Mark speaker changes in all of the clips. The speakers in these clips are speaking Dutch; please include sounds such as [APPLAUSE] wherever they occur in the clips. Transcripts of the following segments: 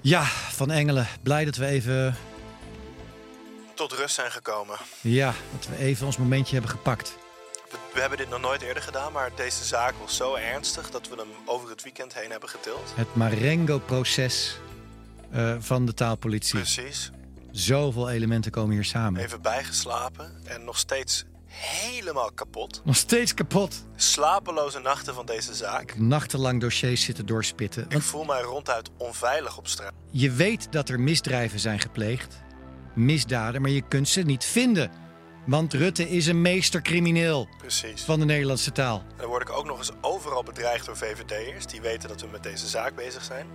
Speaker 1: Ja, Van Engelen, blij dat we even,
Speaker 2: Tot rust zijn gekomen.
Speaker 1: ja, dat we even ons momentje hebben gepakt.
Speaker 2: We, we hebben dit nog nooit eerder gedaan, maar deze zaak was zo ernstig dat we hem over het weekend heen hebben getild.
Speaker 1: Het Marengo-proces eh, van de taalpolitie.
Speaker 2: Precies.
Speaker 1: Zoveel e- elementen komen hier samen.
Speaker 2: Even bijgeslapen en nog steeds helemaal kapot.
Speaker 1: Nog steeds kapot.
Speaker 2: Slapeloze nachten van deze zaak.
Speaker 1: Nachtenlang dossiers zitten doorspitten.
Speaker 2: Ik
Speaker 1: Want
Speaker 2: voel mij ronduit onveilig op straat.
Speaker 1: je weet dat er misdrijven zijn gepleegd. Misdaden, maar je kunt ze niet vinden. Want Rutte is een meestercrimineel
Speaker 2: Precies.
Speaker 1: van de Nederlandse taal.
Speaker 2: En dan word ik ook nog eens overal bedreigd door VVD'ers. Die weten dat we met deze zaak bezig zijn.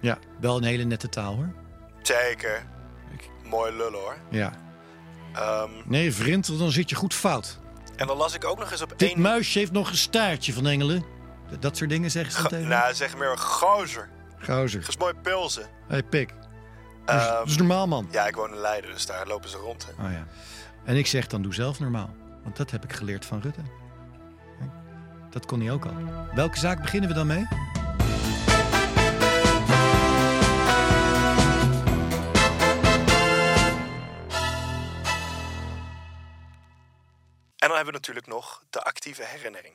Speaker 1: Ja, wel een hele nette taal hoor.
Speaker 2: Zeker.
Speaker 1: Ik-
Speaker 2: Mooi lullen hoor.
Speaker 1: Ja.
Speaker 2: Ehm,
Speaker 1: Nee, vriend, dan zit je goed fout.
Speaker 2: en dan las ik ook nog eens op
Speaker 1: Dit
Speaker 2: één...
Speaker 1: muisje heeft nog een staartje van Engelen. D- Dat soort dingen zeggen ze dan tegen.
Speaker 2: Nou, zeg meer gozer.
Speaker 1: Gozer.
Speaker 2: Gesmooi pilsen.
Speaker 1: hey, pik. Dat is-
Speaker 2: Ehm,
Speaker 1: dat is normaal, man.
Speaker 2: ja, ik woon in Leiden, dus daar lopen ze rond. Hè.
Speaker 1: Oh ja. En ik zeg dan doe zelf normaal. Want dat heb ik geleerd van Rutte. Kijk, Dat kon hij ook al. Welke zaak beginnen we dan mee?
Speaker 2: En dan hebben we natuurlijk nog de actieve herinnering.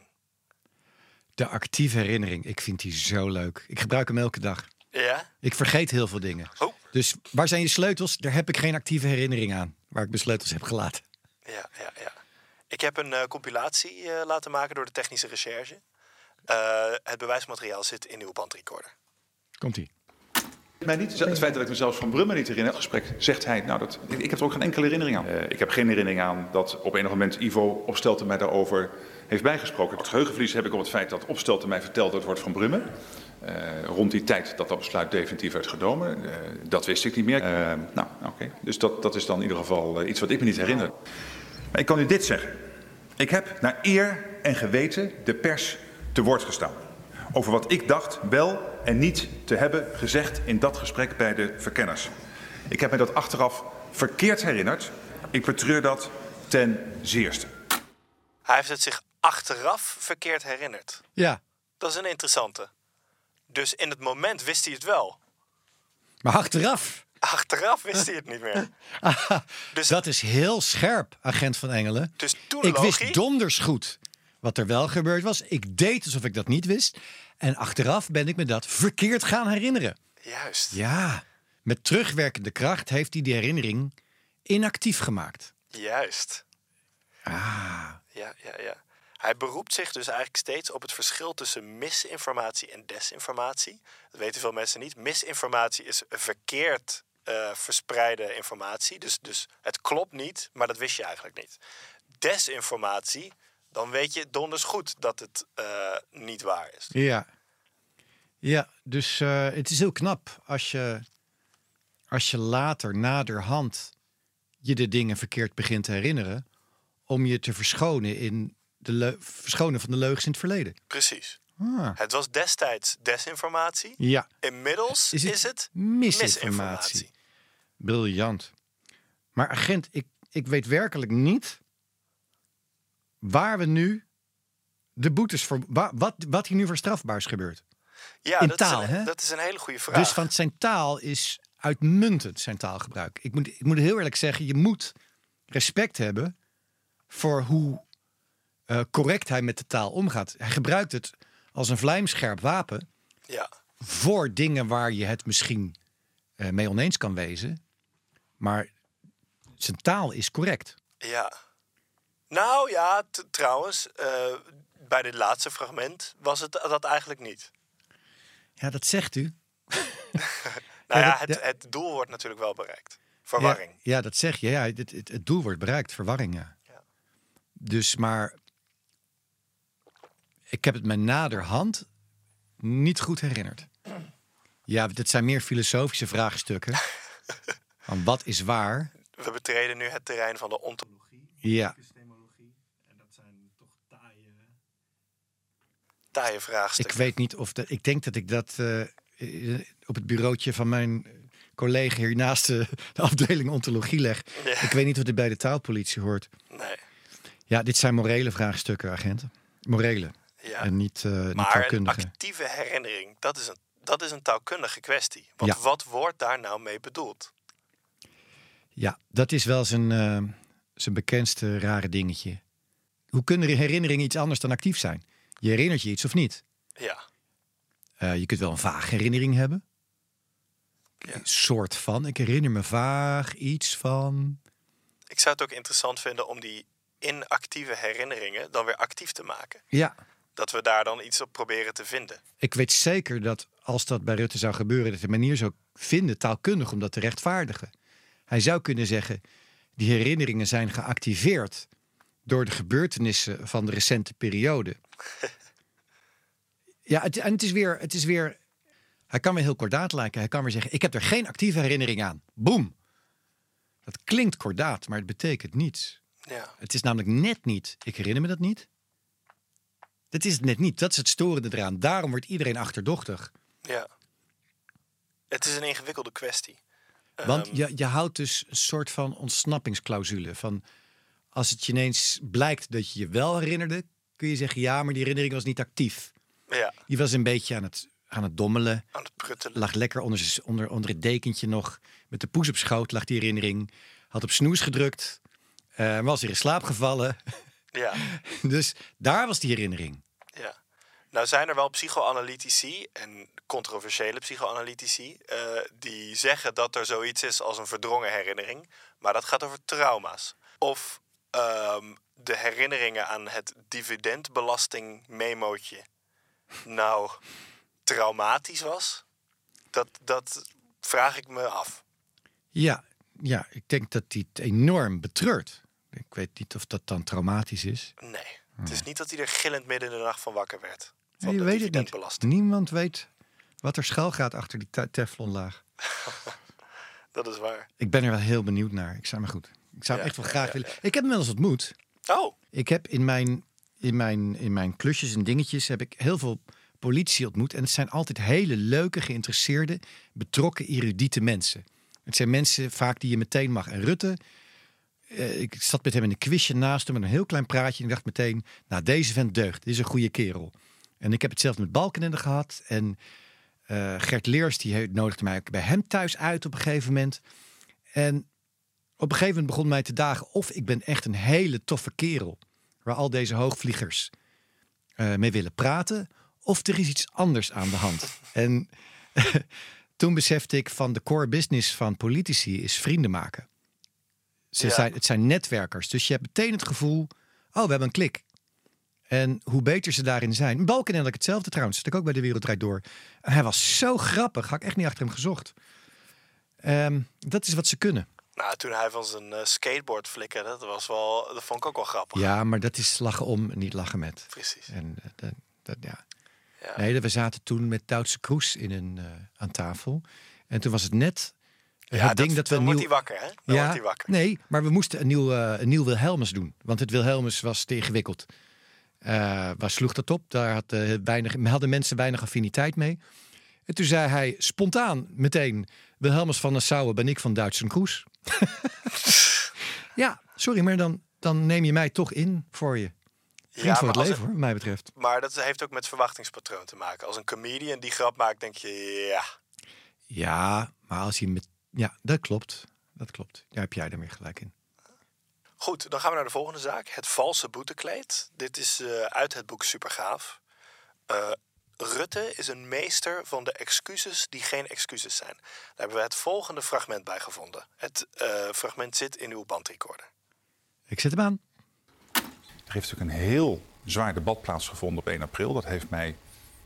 Speaker 1: De actieve herinnering. Ik vind die zo leuk. Ik gebruik hem elke dag.
Speaker 2: Ja?
Speaker 1: Ik vergeet heel veel dingen.
Speaker 2: Oh.
Speaker 1: Dus waar zijn je sleutels? Daar heb ik geen actieve herinnering aan. Waar ik mijn sleutels heb gelaten.
Speaker 2: Ja, ja, ja. Ik heb een eh, compilatie eh, laten maken door de technische recherche. Eh, het bewijsmateriaal zit in uw bandrecorder.
Speaker 1: Komt ie.
Speaker 3: Mij niet, het feit dat ik me zelfs van Brummen niet herinner, het gesprek zegt hij. Nou, dat, ik, ik heb er ook geen enkele herinnering aan. Eh, ik heb geen herinnering aan dat op enig moment Ivo Opstelten mij daarover heeft bijgesproken. Het geheugenverlies heb ik op het feit dat Opstelten mij vertelde het wordt van Brummen. Eh, rond die tijd dat dat besluit definitief werd genomen, eh, dat wist ik niet meer. Eh, nou, oké. Dus dat, dat is dan in ieder geval eh, iets wat ik me niet herinner.
Speaker 4: Maar ik kan u dit zeggen. Ik heb naar eer en geweten de pers te woord gestaan. Over wat ik dacht wel en niet te hebben gezegd in dat gesprek bij de verkenners. Ik heb me dat achteraf verkeerd herinnerd. Ik betreur dat ten zeerste.
Speaker 2: Hij heeft het zich achteraf verkeerd herinnerd.
Speaker 1: Ja.
Speaker 2: Dat is een interessante. Dus in het moment wist hij het wel.
Speaker 1: Maar achteraf.
Speaker 2: Achteraf wist hij het niet meer. Dus-
Speaker 1: dat is heel scherp, agent van Engelen.
Speaker 2: Dus toen
Speaker 1: ik
Speaker 2: logie?
Speaker 1: wist donders goed wat er wel gebeurd was. Ik deed alsof ik dat niet wist. En achteraf ben ik me dat verkeerd gaan herinneren.
Speaker 2: Juist.
Speaker 1: Ja, met terugwerkende kracht heeft hij die herinnering inactief gemaakt.
Speaker 2: Juist.
Speaker 1: Ah,
Speaker 2: Ja, ja, ja. Hij beroept zich dus eigenlijk steeds op het verschil tussen misinformatie en desinformatie. Dat weten veel mensen niet. Misinformatie is verkeerd eh, verspreide informatie. Dus, dus het klopt niet, maar dat wist je eigenlijk niet. Desinformatie, dan weet je donders goed dat het eh, niet waar is.
Speaker 1: ja. Ja, dus eh, het is heel knap als je, als je later, naderhand, je de dingen verkeerd begint te herinneren. om je te verschonen, in de leu- verschonen van de leugens in het verleden.
Speaker 2: Precies.
Speaker 1: Ah.
Speaker 2: Het was destijds desinformatie.
Speaker 1: Ja,
Speaker 2: Inmiddels
Speaker 1: Is
Speaker 2: is
Speaker 1: het
Speaker 2: het,
Speaker 1: misinformatie? briljant. Maar agent, ik, ik weet werkelijk niet waar we nu de boetes voor. wa- wat, wat hier nu voor strafbaar is gebeurd.
Speaker 2: Ja,
Speaker 1: In
Speaker 2: dat,
Speaker 1: taal,
Speaker 2: is
Speaker 1: hè?
Speaker 2: een, dat is een hele goede vraag.
Speaker 1: Dus van zijn taal is uitmuntend zijn taalgebruik. Ik moet, ik moet heel eerlijk zeggen, je moet respect hebben voor hoe eh, correct hij met de taal omgaat. Hij gebruikt het als een vlijmscherp wapen
Speaker 2: Ja,
Speaker 1: voor dingen waar je het misschien eh, mee oneens kan wezen. Maar zijn taal is correct.
Speaker 2: ja. Nou ja, t- trouwens, eh, bij dit laatste fragment was het dat eigenlijk niet.
Speaker 1: Ja, dat zegt u.
Speaker 2: Nou
Speaker 1: Ja,
Speaker 2: ja,
Speaker 1: dat-
Speaker 2: het, het doel wordt natuurlijk wel bereikt. Verwarring.
Speaker 1: Ja, ja, dat zeg je. Ja, het, het, het doel wordt bereikt, verwarring. Ja.
Speaker 2: Ja.
Speaker 1: Dus maar. Ik heb het me naderhand niet goed herinnerd. Ja, dit zijn meer filosofische vraagstukken.
Speaker 2: [LAUGHS]
Speaker 1: Van wat is waar?
Speaker 2: We betreden nu het terrein van de ontologie.
Speaker 1: Ja,
Speaker 2: Taaie vraagstuk.
Speaker 1: ik weet niet of dat. Ik denk dat ik dat eh, eh, op het bureautje van mijn collega hiernaast de, de afdeling ontologie leg.
Speaker 2: Ja.
Speaker 1: Ik weet niet of dit bij de taalpolitie hoort.
Speaker 2: Nee.
Speaker 1: Ja, dit zijn morele vraagstukken, agenten. Morele.
Speaker 2: Ja.
Speaker 1: En niet, eh niet
Speaker 2: maar een
Speaker 1: taalkundige.
Speaker 2: actieve herinnering, dat is een dat is een taalkundige kwestie. Want
Speaker 1: Ja.
Speaker 2: wat wordt daar nou mee bedoeld?
Speaker 1: Ja, dat is wel zijn, eh, zijn bekendste rare dingetje. Hoe kunnen herinneringen iets anders dan actief zijn? Je herinnert je iets of niet?
Speaker 2: Ja,
Speaker 1: Eh, je kunt wel een vaag herinnering hebben. Een soort van. Ik herinner me vaag iets van.
Speaker 2: ik zou het ook interessant vinden om die inactieve herinneringen dan weer actief te maken.
Speaker 1: Ja.
Speaker 2: Dat we daar dan iets op proberen te vinden.
Speaker 1: Ik weet zeker dat als dat bij Rutte zou gebeuren, dat hij een manier zou vinden, taalkundig, om dat te rechtvaardigen. Hij zou kunnen zeggen: die herinneringen zijn geactiveerd door de gebeurtenissen van de recente periode. Ja, het, en het is, weer, het is weer. Hij kan weer heel kordaat lijken. Hij kan weer zeggen: Ik heb er geen actieve herinnering aan. Boom. Dat klinkt kordaat, maar het betekent niets.
Speaker 2: Ja.
Speaker 1: Het is namelijk net niet. Ik herinner me dat niet. Dat is het net niet. Dat is het storende eraan. Daarom wordt iedereen achterdochtig.
Speaker 2: ja. Het is een ingewikkelde kwestie.
Speaker 1: Want je, je houdt dus een soort van ontsnappingsclausule. Van als het je ineens blijkt dat je je wel herinnerde, kun je zeggen: ja, maar die herinnering was niet actief.
Speaker 2: Ja,
Speaker 1: Die was een beetje aan het, aan het dommelen.
Speaker 2: aan het pruttelen.
Speaker 1: Lag lekker onder, z'n- onder, onder het dekentje nog. Met de poes op schoot lag die herinnering. Had op snoes gedrukt. eh, was weer in slaap gevallen. [LAUGHS]
Speaker 2: Ja,
Speaker 1: dus daar was die herinnering.
Speaker 2: ja. Nou zijn er wel psychoanalytici en controversiële psychoanalytici eh, die zeggen dat er zoiets is als een verdrongen herinnering, maar dat gaat over trauma's. Of ehm, de herinneringen aan het dividendbelastingmemootje nou traumatisch was, dat, dat vraag ik me af.
Speaker 1: Ja, ja, ik denk dat die het enorm betreurt. Ik weet niet of dat dan traumatisch is.
Speaker 2: Nee, het is niet dat hij er gillend midden in de nacht van wakker werd. Van
Speaker 1: Nee, je
Speaker 2: de
Speaker 1: weet het niet.
Speaker 2: dividendbelasting.
Speaker 1: Niemand weet wat er schuil gaat achter die te- teflonlaag.
Speaker 2: Dat is waar.
Speaker 1: Ik ben er wel heel benieuwd naar. Ik zou maar goed. Ik zou hem
Speaker 2: Ja,
Speaker 1: echt wel graag willen. Ik heb hem wel eens ontmoet.
Speaker 2: Oh,
Speaker 1: Ik heb in mijn, in, mijn, in mijn klusjes en dingetjes heb ik heel veel politie ontmoet. En het zijn altijd hele leuke, geïnteresseerde, betrokken, erudite mensen. Het zijn mensen vaak die je meteen mag. En Rutte, eh, ik zat met hem in een quizje naast hem met een heel klein praatje. En ik dacht meteen, nou deze vent deugt, dit is een goede kerel. En ik heb hetzelfde met Balkenende gehad. En eh, Gert Leers, die he- nodigde mij ook bij hem thuis uit op een gegeven moment. En op een gegeven moment begon mij te dagen of ik ben echt een hele toffe kerel. Waar al deze hoogvliegers eh, mee willen praten. Of er is iets anders aan de hand. en [LAUGHS] toen besefte ik van de core business van politici is vrienden maken. Ze
Speaker 2: Ja.
Speaker 1: zijn, het zijn netwerkers. Dus je hebt meteen het gevoel, oh we hebben een klik. En hoe beter ze daarin zijn. Balkenende had ik hetzelfde trouwens. Zat ik ook bij De Wereld Draait Door. En hij was zo grappig. Had ik echt niet achter hem gezocht. Ehm, dat is wat ze kunnen.
Speaker 2: Nou, toen hij van zijn eh, skateboard flikkerde, dat, was wel, dat vond ik ook wel grappig.
Speaker 1: Ja, maar dat is lachen om, niet lachen met.
Speaker 2: Precies.
Speaker 1: En eh, dat, dat, ja.
Speaker 2: Ja.
Speaker 1: Nee, we zaten toen met Duitse Kroes in een, eh, aan tafel. En toen was het net
Speaker 2: Ja,
Speaker 1: het ding dat we
Speaker 2: dan
Speaker 1: een
Speaker 2: wordt
Speaker 1: nieuw-
Speaker 2: hij wakker, hè? Dan wordt hij wakker.
Speaker 1: Nee, maar we moesten een nieuw, eh, een nieuw Wilhelmus doen. Want het Wilhelmus was te ingewikkeld. Eh, waar sloeg dat op? Daar had, eh, weinig, hadden mensen weinig affiniteit mee. En toen zei hij spontaan meteen... Wilhelmus van Nassau ben ik van Duitse Kroes. [LAUGHS] ja, sorry, maar dan, dan neem je mij toch in voor je. Vriend voor
Speaker 2: maar,
Speaker 1: het
Speaker 2: als
Speaker 1: leven,
Speaker 2: een-
Speaker 1: hoor, wat mij betreft.
Speaker 2: maar dat heeft ook met verwachtingspatroon te maken. Als een comedian die grap maakt, denk je, ja,
Speaker 1: Ja, maar als je met... Ja, dat klopt. Dat klopt. Daar heb jij er meer gelijk in.
Speaker 2: Goed, dan gaan we naar de volgende zaak. Het valse boetekleed. Dit is eh, uit het boek Supergaaf. Eh, Rutte is een meester van de excuses die geen excuses zijn. Daar hebben we het volgende fragment bij gevonden. Het eh, fragment zit in uw bandrecorder.
Speaker 1: Ik zet hem aan.
Speaker 4: Er heeft natuurlijk een heel zwaar debat plaatsgevonden op 1 april. Dat heeft mij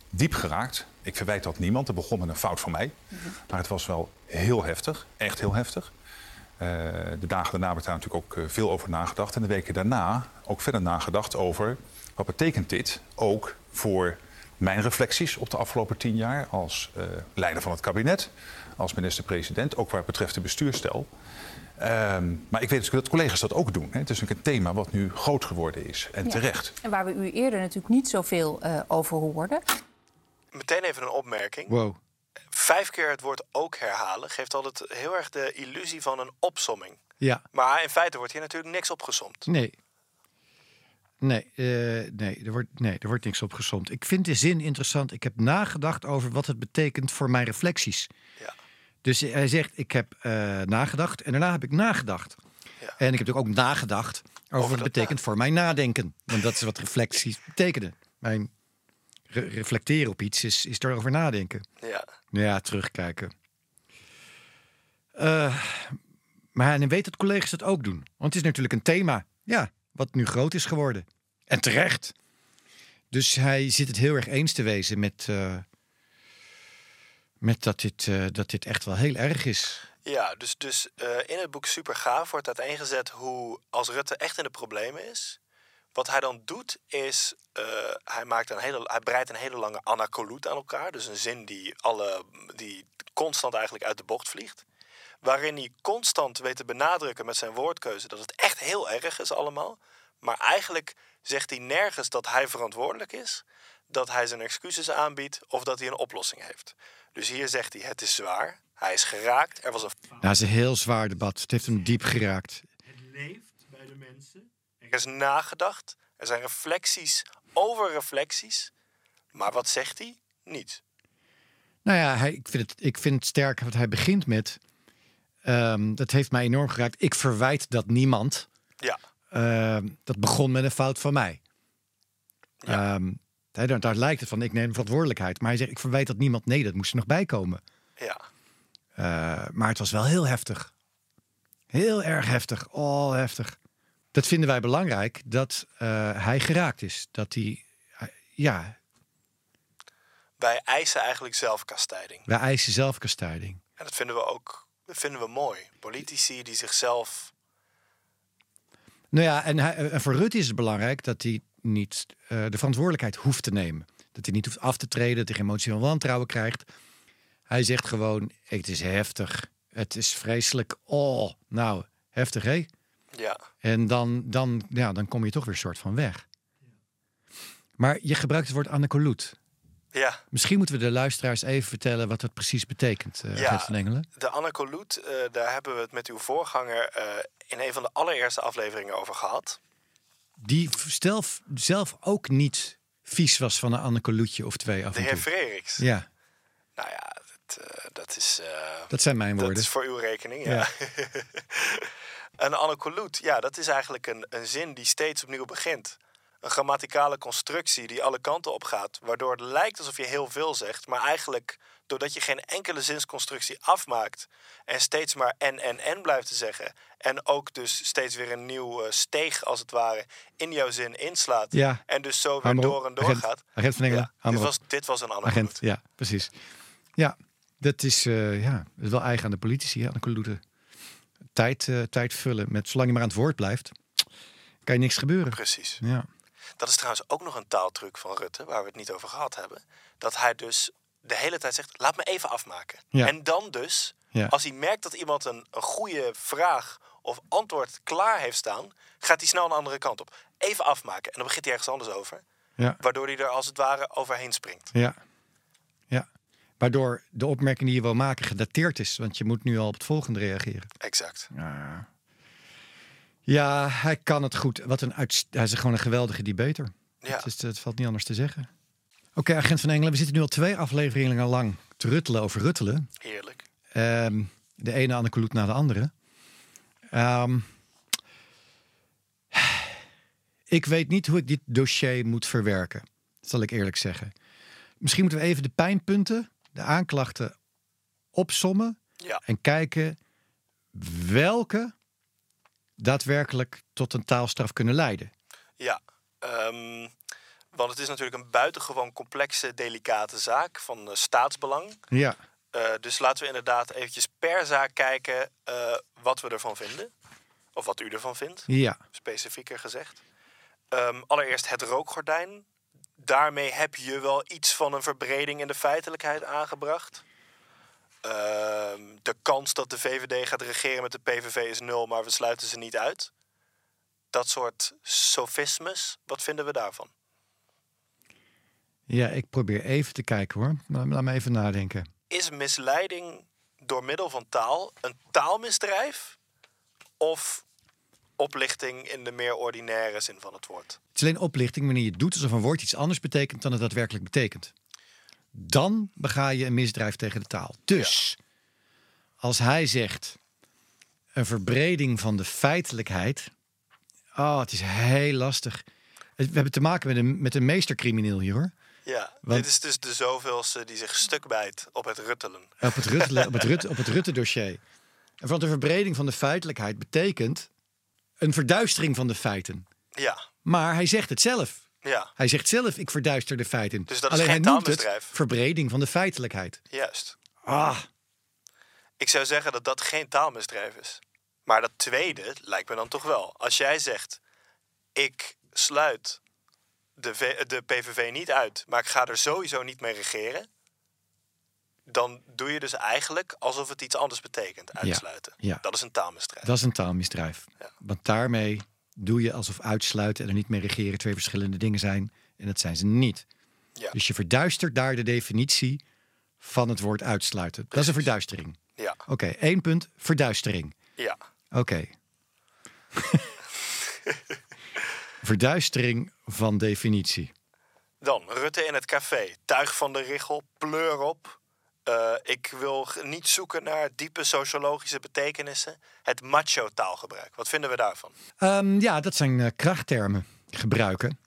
Speaker 4: diep geraakt. Ik verwijt dat niemand. Dat begon met een fout van mij. Maar het was wel heel heftig. Echt heel heftig. Eh, de dagen daarna werd daar natuurlijk ook eh, veel over nagedacht. En de weken daarna ook verder nagedacht over... wat betekent dit ook voor mijn reflecties op de afgelopen tien jaar... als eh, leider van het kabinet, als minister-president... ook wat betreft de bestuurstijl. Ehm, maar ik weet natuurlijk dat collega's dat ook doen. Hè. Het is natuurlijk een thema wat nu groot geworden is. En terecht.
Speaker 5: En waar we u eerder natuurlijk niet zoveel eh, over hoorden.
Speaker 2: Meteen even een opmerking.
Speaker 1: Wow.
Speaker 2: Vijf keer het woord ook herhalen geeft altijd heel erg de illusie van een opsomming.
Speaker 1: Ja.
Speaker 2: Maar in feite wordt hier natuurlijk niks opgesomd.
Speaker 1: Nee. Nee, eh, nee, er wordt, nee, er wordt niks op gesomd. Ik vind de zin interessant. Ik heb nagedacht over wat het betekent voor mijn reflecties.
Speaker 2: Ja.
Speaker 1: Dus hij zegt, ik heb eh, nagedacht en daarna heb ik nagedacht.
Speaker 2: Ja.
Speaker 1: En ik heb natuurlijk ook nagedacht over, wat het
Speaker 2: dat
Speaker 1: betekent voor mijn nadenken. Want dat is wat reflecties betekenen. Mijn re- reflecteren op iets is, is daarover nadenken.
Speaker 2: Ja.
Speaker 1: Ja, terugkijken. Eh, maar hij weet dat collega's dat ook doen. Want het is natuurlijk een thema. Ja, wat nu groot is geworden. En terecht. Dus hij zit het heel erg eens te wezen met, eh, met dat, dit, eh, dat dit echt wel heel erg is.
Speaker 2: Ja, dus, dus eh, in het boek Super Gaaf wordt uiteengezet hoe als Rutte echt in de problemen is, wat hij dan doet is, eh, hij, maakt een hele, hij breidt een hele lange anacoluut aan elkaar. Dus een zin die, alle, die constant eigenlijk uit de bocht vliegt. Waarin hij constant weet te benadrukken met zijn woordkeuze dat het echt heel erg is allemaal. Maar eigenlijk zegt hij nergens dat hij verantwoordelijk is, dat hij zijn excuses aanbiedt of dat hij een oplossing heeft. Dus hier zegt hij, het is zwaar, hij is geraakt, er was een
Speaker 1: Nou, het is een heel zwaar debat. Het heeft hem diep geraakt.
Speaker 6: Het leeft bij de mensen.
Speaker 2: Er is nagedacht. Er zijn reflecties over reflecties. Maar wat zegt hij? Niet.
Speaker 1: Nou ja, hij, ik, vind het, ik vind het sterk wat hij begint met. ehm, dat heeft mij enorm geraakt. Ik verwijt dat niemand.
Speaker 2: Ja,
Speaker 1: Ehm, dat begon met een fout van mij. Ehm, hè, daar, daar lijkt het van, ik neem verantwoordelijkheid. Maar hij zegt, ik verwijt dat niemand. Nee, dat moest er nog bij komen.
Speaker 2: ja.
Speaker 1: Eh, maar het was wel heel heftig. Heel erg heftig. Oh, heftig. Dat vinden wij belangrijk, dat eh, hij geraakt is. Dat hij, hij- ja,
Speaker 2: Wij eisen eigenlijk zelfkastijding.
Speaker 1: wij eisen zelfkastijding.
Speaker 2: En dat vinden we ook dat vinden we mooi. Politici die zichzelf...
Speaker 1: Nou ja, en, hij- en voor Rutte is het belangrijk dat hij niet eh, de verantwoordelijkheid hoeft te nemen. Dat hij niet hoeft af te treden, dat hij geen motie van wantrouwen krijgt. Hij zegt gewoon, het is heftig, het is vreselijk. Oh, nou, heftig hé.
Speaker 2: Ja,
Speaker 1: En dan, dan, ja, dan kom je toch weer soort van weg. Maar je gebruikt het woord anacoluut.
Speaker 2: ja.
Speaker 1: Misschien moeten we de luisteraars even vertellen wat dat precies betekent, eh
Speaker 2: Ja.
Speaker 1: Gert van Engelen.
Speaker 2: De Anacoluut, eh, daar hebben we het met uw voorganger... eh, in een van de allereerste afleveringen over gehad.
Speaker 1: Die zelf, zelf ook niet vies was van een anacoluutje of twee af
Speaker 2: De
Speaker 1: en
Speaker 2: heer
Speaker 1: toe.
Speaker 2: Freriks.
Speaker 1: Ja,
Speaker 2: Nou ja, dat, eh, dat is... eh,
Speaker 1: dat zijn mijn woorden.
Speaker 2: Dat is voor uw rekening, ja. [LAUGHS] een anacoluut, ja, dat is eigenlijk een, een zin die steeds opnieuw begint. Een grammaticale constructie die alle kanten op gaat, waardoor het lijkt alsof je heel veel zegt, maar eigenlijk doordat je geen enkele zinsconstructie afmaakt en steeds maar en en en blijft te zeggen en ook dus steeds weer een nieuw eh, steeg als het ware in jouw zin inslaat
Speaker 1: Ja.
Speaker 2: en dus zo weer
Speaker 1: Hamer op.
Speaker 2: door en door
Speaker 1: Agent.
Speaker 2: gaat.
Speaker 1: Agent van Engelen.
Speaker 2: Ja, dit,
Speaker 1: Hamer op.
Speaker 2: was, dit was een
Speaker 1: Agent,
Speaker 2: anacoluut.
Speaker 1: ja, precies. Ja, dat is, eh, ja, dat is wel eigen aan de politici, hè, aan de collude. Tijd, eh, tijd vullen met zolang je maar aan het woord blijft, kan je niks gebeuren.
Speaker 2: Precies.
Speaker 1: Ja.
Speaker 2: Dat is trouwens ook nog een taaltruc van Rutte, waar we het niet over gehad hebben. Dat hij dus de hele tijd zegt, laat me even afmaken.
Speaker 1: Ja.
Speaker 2: En dan dus,
Speaker 1: Ja.
Speaker 2: als hij merkt dat iemand een, een goede vraag of antwoord klaar heeft staan, gaat hij snel een andere kant op. Even afmaken. En dan begint hij ergens anders over.
Speaker 1: Ja,
Speaker 2: Waardoor hij er als het ware overheen springt.
Speaker 1: ja, ja. Waardoor de opmerking die je wil maken gedateerd is, want je moet nu al op het volgende reageren.
Speaker 2: Exact.
Speaker 1: Ja, ja hij kan het goed. Wat een uitst- hij is gewoon een geweldige debater.
Speaker 2: Ja.
Speaker 1: Het, is, het valt niet anders te zeggen. Oké, agent van Engelen, we zitten nu al twee afleveringen lang te ruttelen over ruttelen.
Speaker 2: Heerlijk.
Speaker 1: Ehm, de ene aan de kloet naar de andere. Ehm, ik weet niet hoe ik dit dossier moet verwerken, zal ik eerlijk zeggen. Misschien moeten we even de pijnpunten, de aanklachten opsommen
Speaker 2: Ja.
Speaker 1: en kijken welke daadwerkelijk tot een taalstraf kunnen leiden.
Speaker 2: Ja, ehm, want het is natuurlijk een buitengewoon complexe, delicate zaak van eh, staatsbelang.
Speaker 1: Ja,
Speaker 2: Eh, dus laten we inderdaad eventjes per zaak kijken eh, wat we ervan vinden. Of wat u ervan vindt,
Speaker 1: ja,
Speaker 2: specifieker gezegd. Ehm, allereerst het rookgordijn. Daarmee heb je wel iets van een verbreding in de feitelijkheid aangebracht. Ehm, de kans dat de VVD gaat regeren met de PVV is nul, maar we sluiten ze niet uit. Dat soort sofismes, wat vinden we daarvan?
Speaker 1: ja. Ik probeer even te kijken hoor. Laat laat me even nadenken.
Speaker 2: is misleiding door middel van taal een taalmisdrijf? Of, oplichting in de meer ordinaire zin van het woord.
Speaker 1: Het is alleen oplichting wanneer je doet alsof een woord iets anders betekent dan het daadwerkelijk betekent. Dan bega je een misdrijf tegen de taal. Dus als hij zegt een verbreding van de feitelijkheid. Oh, het is heel lastig. Het- We hebben te maken met een, met een meestercrimineel hier hoor.
Speaker 2: Ja,
Speaker 1: Want-
Speaker 2: dit is dus de zoveelste die zich stuk bijt op het ruttelen.
Speaker 1: Op het, Rutte, op het, Rutte, op het Rutte-dossier. En Want een verbreding van de feitelijkheid betekent een verduistering van de feiten.
Speaker 2: Ja,
Speaker 1: Maar hij zegt het zelf.
Speaker 2: ja,
Speaker 1: Hij zegt zelf, ik verduister de feiten.
Speaker 2: Dus dat is
Speaker 1: Alleen
Speaker 2: geen
Speaker 1: hij noemt het
Speaker 2: taalmisdrijf.
Speaker 1: verbreding van de feitelijkheid.
Speaker 2: juist.
Speaker 1: Ah,
Speaker 2: Ik zou zeggen dat dat geen taalmisdrijf is. Maar dat tweede lijkt me dan toch wel. Als jij zegt, ik sluit de, V- de PVV niet uit, maar ik ga er sowieso niet mee regeren. Dan doe je dus eigenlijk alsof het iets anders betekent, uitsluiten.
Speaker 1: ja.
Speaker 2: Dat is een taalmisdrijf.
Speaker 1: dat is een taalmisdrijf.
Speaker 2: Ja.
Speaker 1: Want daarmee doe je alsof uitsluiten en er niet mee regeren twee verschillende dingen zijn. En dat zijn ze niet.
Speaker 2: Ja.
Speaker 1: Dus je verduistert daar de definitie van het woord uitsluiten. Dat is een verduistering.
Speaker 2: Ja,
Speaker 1: Oké, één punt, verduistering.
Speaker 2: ja.
Speaker 1: Oké. [LAUGHS] Verduistering van definitie.
Speaker 2: Dan, Rutte in het café. Tuig van de richel, pleur op. Eh, ik wil g- niet zoeken naar diepe sociologische betekenissen. Het macho taalgebruik. Wat vinden we daarvan?
Speaker 1: Ehm, ja, dat zijn eh, krachttermen gebruiken.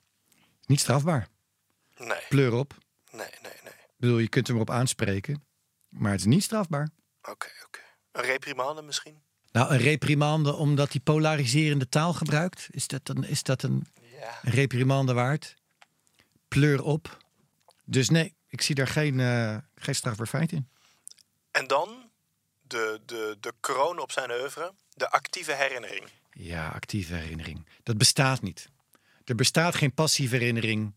Speaker 1: Niet strafbaar.
Speaker 2: Nee,
Speaker 1: Pleur op. Ik
Speaker 2: nee, nee, nee.
Speaker 1: bedoel, je kunt hem erop aanspreken. Maar het is niet strafbaar.
Speaker 2: Oké, oké. Een reprimande misschien?
Speaker 1: Nou, een reprimande omdat hij polariserende taal gebruikt. Is dat, dan, is dat een
Speaker 2: Ja.
Speaker 1: reprimande waard? Pleur op. Dus nee, ik zie daar geen, eh, geen strafbaar feit in.
Speaker 2: En dan de, de, de kroon op zijn oeuvre. De actieve herinnering.
Speaker 1: Ja, actieve herinnering. Dat bestaat niet. Er bestaat geen passieve herinnering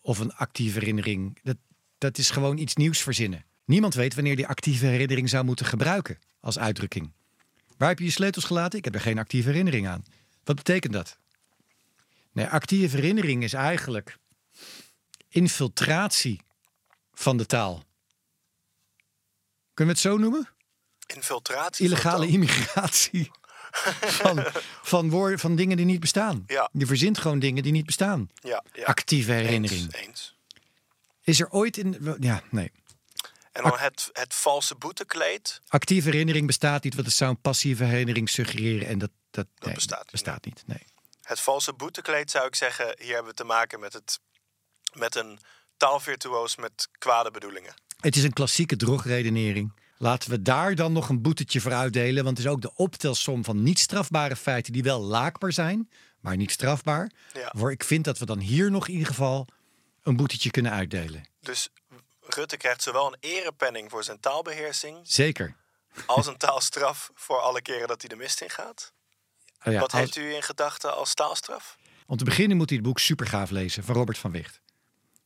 Speaker 1: of een actieve herinnering. Dat, dat is gewoon iets nieuws verzinnen. Niemand weet wanneer die actieve herinnering zou moeten gebruiken als uitdrukking. Waar heb je je sleutels gelaten? Ik heb er geen actieve herinnering aan. Wat betekent dat? Nee, actieve herinnering is eigenlijk infiltratie van de taal. Kunnen we het zo noemen?
Speaker 2: Infiltratie. van
Speaker 1: illegale
Speaker 2: taal. [LAUGHS]
Speaker 1: immigratie. Van, van, woorden, van dingen die niet bestaan.
Speaker 2: Ja.
Speaker 1: Je verzint gewoon dingen die niet bestaan.
Speaker 2: Ja, ja.
Speaker 1: Actieve
Speaker 2: Eens,
Speaker 1: herinnering.
Speaker 2: eens.
Speaker 1: Is er ooit in. Ja, nee.
Speaker 2: En dan het, het valse boetekleed.
Speaker 1: Actieve herinnering bestaat niet, want het zou een passieve herinnering suggereren. En dat, dat, nee,
Speaker 2: bestaat niet.
Speaker 1: bestaat niet. Nee.
Speaker 2: Het valse boetekleed zou ik zeggen, hier hebben we te maken met, het, met een taalvirtuoos met kwade bedoelingen.
Speaker 1: Het is een klassieke drogredenering. Laten we daar dan nog een boetetje voor uitdelen. Want het is ook de optelsom van niet strafbare feiten die wel laakbaar zijn, maar niet strafbaar.
Speaker 2: Ja.
Speaker 1: Waar ik vind dat we dan hier nog in ieder geval een boetetje kunnen uitdelen.
Speaker 2: Dus Rutte krijgt zowel een erepenning voor zijn
Speaker 1: [LAUGHS]
Speaker 2: taalbeheersing
Speaker 1: Zeker.
Speaker 2: als een taalstraf voor alle keren dat hij de mist in gaat.
Speaker 1: Ah ja,
Speaker 2: Wat
Speaker 1: als-
Speaker 2: heeft u in gedachten als taalstraf?
Speaker 1: Om te beginnen moet hij het boek Supergaaf lezen van Robert van Wicht.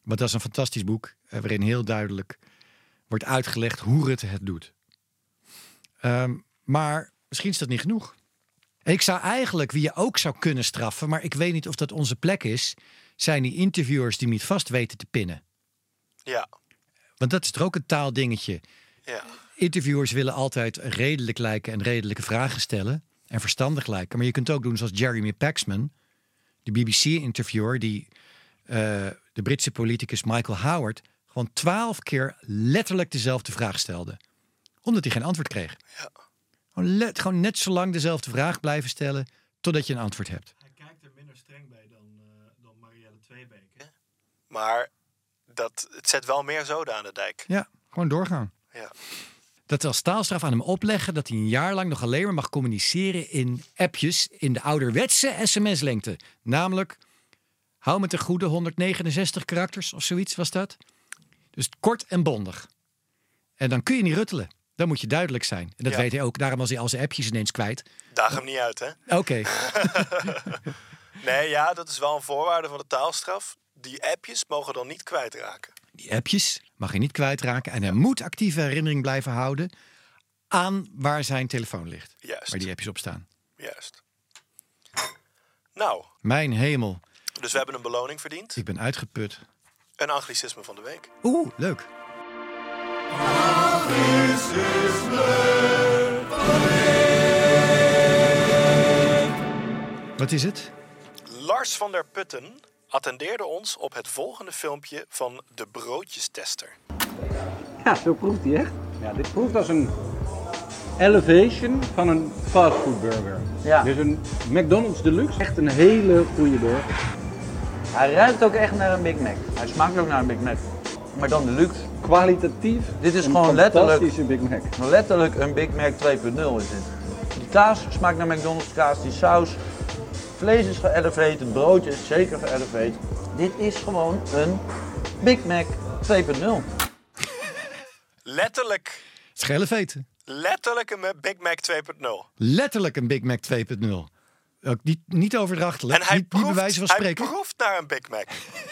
Speaker 1: Want dat is een fantastisch boek eh, waarin heel duidelijk wordt uitgelegd hoe Rutte het doet. Ehm, maar misschien is dat niet genoeg. Ik zou eigenlijk, wie je ook zou kunnen straffen, maar ik weet niet of dat onze plek is, zijn die interviewers die hem niet vast weten te pinnen.
Speaker 2: Ja,
Speaker 1: Want dat is toch ook een taaldingetje.
Speaker 2: ja.
Speaker 1: Interviewers willen altijd redelijk lijken en redelijke vragen stellen. En verstandig lijken. Maar je kunt ook doen zoals Jeremy Paxman, de BBC-interviewer, die eh, de Britse politicus Michael Howard gewoon twaalf keer letterlijk dezelfde vraag stelde. Omdat hij geen antwoord kreeg.
Speaker 2: Ja.
Speaker 1: Gewoon, let, gewoon net zo lang dezelfde vraag blijven stellen totdat je een antwoord hebt.
Speaker 6: Hij kijkt er minder streng bij dan, eh, dan Marielle Tweebeke.
Speaker 2: Maar dat, het zet wel meer zoden aan de dijk.
Speaker 1: Ja, gewoon doorgaan.
Speaker 2: Ja.
Speaker 1: Dat als taalstraf aan hem opleggen dat hij een jaar lang nog alleen maar mag communiceren in appjes in de ouderwetse sms-lengte. Namelijk, hou me ten goede 169 karakters of zoiets was dat. Dus kort en bondig. En dan kun je niet ruttelen. Dan moet je duidelijk zijn. En dat
Speaker 2: Ja.
Speaker 1: weet hij ook. Daarom was hij al zijn appjes ineens kwijt.
Speaker 2: Daag hem niet uit, hè?
Speaker 1: Oké,
Speaker 2: Nee, ja, dat is wel een voorwaarde van de taalstraf. Die appjes mogen dan niet kwijtraken.
Speaker 1: die appjes mag hij niet kwijtraken. En hij moet actieve herinnering blijven houden aan waar zijn telefoon ligt.
Speaker 2: Juist.
Speaker 1: Waar die appjes op staan.
Speaker 2: Juist. Nou,
Speaker 1: Mijn hemel,
Speaker 2: dus we hebben een beloning verdiend.
Speaker 1: ik ben uitgeput.
Speaker 2: Een anglicisme van de week.
Speaker 1: Oeh, leuk. Wat is het?
Speaker 2: Lars van der Putten attendeerde ons op het volgende filmpje van de broodjestester.
Speaker 7: Ja, zo proeft hij echt. Ja, dit proeft als een elevation van een fastfood burger. Ja. Dus een McDonald's Deluxe. Echt een hele goede burger.
Speaker 8: Hij ruikt ook echt naar een Big Mac. Hij smaakt ook naar een Big Mac. Maar dan de luxe.
Speaker 7: Kwalitatief.
Speaker 8: Dit is
Speaker 7: een
Speaker 8: gewoon letterlijk-
Speaker 7: fantastische Big Mac.
Speaker 8: Letterlijk een Big Mac 2.0 is dit. Die kaas smaakt naar McDonald's kaas, die saus. Vlees is geëleveerd, het broodje is zeker geëleveerd. Dit is gewoon een Big Mac 2.0.
Speaker 2: Letterlijk,
Speaker 1: Schelle veten.
Speaker 2: letterlijk een Big Mac 2.0.
Speaker 1: Letterlijk een Big Mac 2.0. Ook niet, niet overdrachtelijk.
Speaker 2: En hij,
Speaker 1: niet, niet bij
Speaker 2: proeft,
Speaker 1: wijze van
Speaker 2: hij
Speaker 1: spreken.
Speaker 2: proeft naar een Big
Speaker 1: [LAUGHS]
Speaker 2: Mac.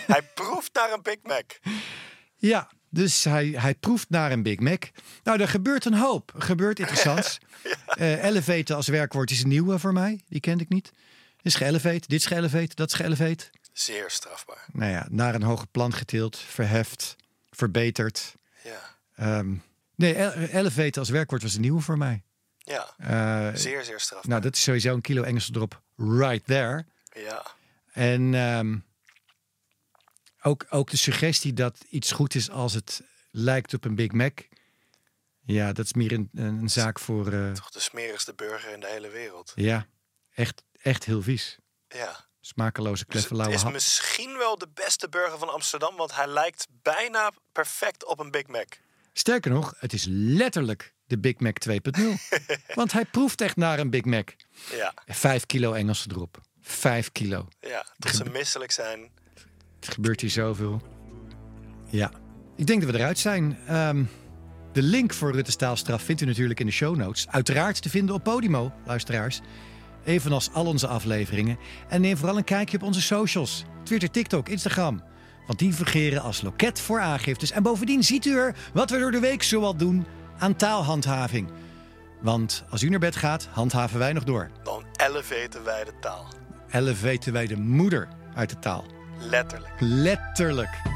Speaker 2: hij proeft naar een Big Mac.
Speaker 1: Ja, dus hij, hij proeft naar een Big Mac. Nou, er gebeurt een hoop. Er gebeurt
Speaker 2: [LAUGHS]
Speaker 1: interessants. Eh, elevator als werkwoord is een nieuwe voor mij. Die kende ik niet. Dit is geëleveerd, dit is geëleveerd, dat is geëleveerd.
Speaker 2: Zeer strafbaar.
Speaker 1: Nou ja, naar een hoger plan getild, verheft, verbeterd.
Speaker 2: Ja,
Speaker 1: Ehm, nee, ele- elevator als werkwoord was een nieuwe voor mij.
Speaker 2: ja. zeer, zeer strafbaar.
Speaker 1: Nou, dat is sowieso een kilo Engels erop. Right there.
Speaker 2: Ja.
Speaker 1: En ehm, ook, ook de suggestie dat iets goed is als het lijkt op een Big Mac. Ja, dat is meer een, een, een zaak voor. eh,
Speaker 2: Toch de smerigste burger in de hele wereld.
Speaker 1: ja, echt, echt heel vies.
Speaker 2: Ja.
Speaker 1: Smakeloze,
Speaker 2: Dus
Speaker 1: kleffe,
Speaker 2: het
Speaker 1: lauwe
Speaker 2: is
Speaker 1: hap.
Speaker 2: misschien wel de beste burger van Amsterdam, want hij lijkt bijna perfect op een Big Mac.
Speaker 1: Sterker nog, het is letterlijk de Big Mac
Speaker 2: [LAUGHS]
Speaker 1: 2.0. Want hij proeft echt naar een Big Mac.
Speaker 2: Ja,
Speaker 1: Vijf kilo Engelse erop. Vijf kilo.
Speaker 2: ja. Dat ze misselijk zijn.
Speaker 1: Het gebeurt hier zoveel. Ja. Ik denk dat we eruit zijn. Ehm, de link voor Rutte Staalstraf vindt u natuurlijk in de show notes. Uiteraard te vinden op Podimo, luisteraars. Evenals al onze afleveringen. En neem vooral een kijkje op onze socials. Twitter, TikTok, Instagram. Want die vergeren als loket voor aangiftes. En bovendien ziet u er wat we door de week zoal doen aan taalhandhaving. Want als u naar bed gaat, handhaven wij nog door.
Speaker 2: Dan elevaten wij de taal.
Speaker 1: Eleveten wij de moeder uit de taal.
Speaker 2: Letterlijk.
Speaker 1: Letterlijk.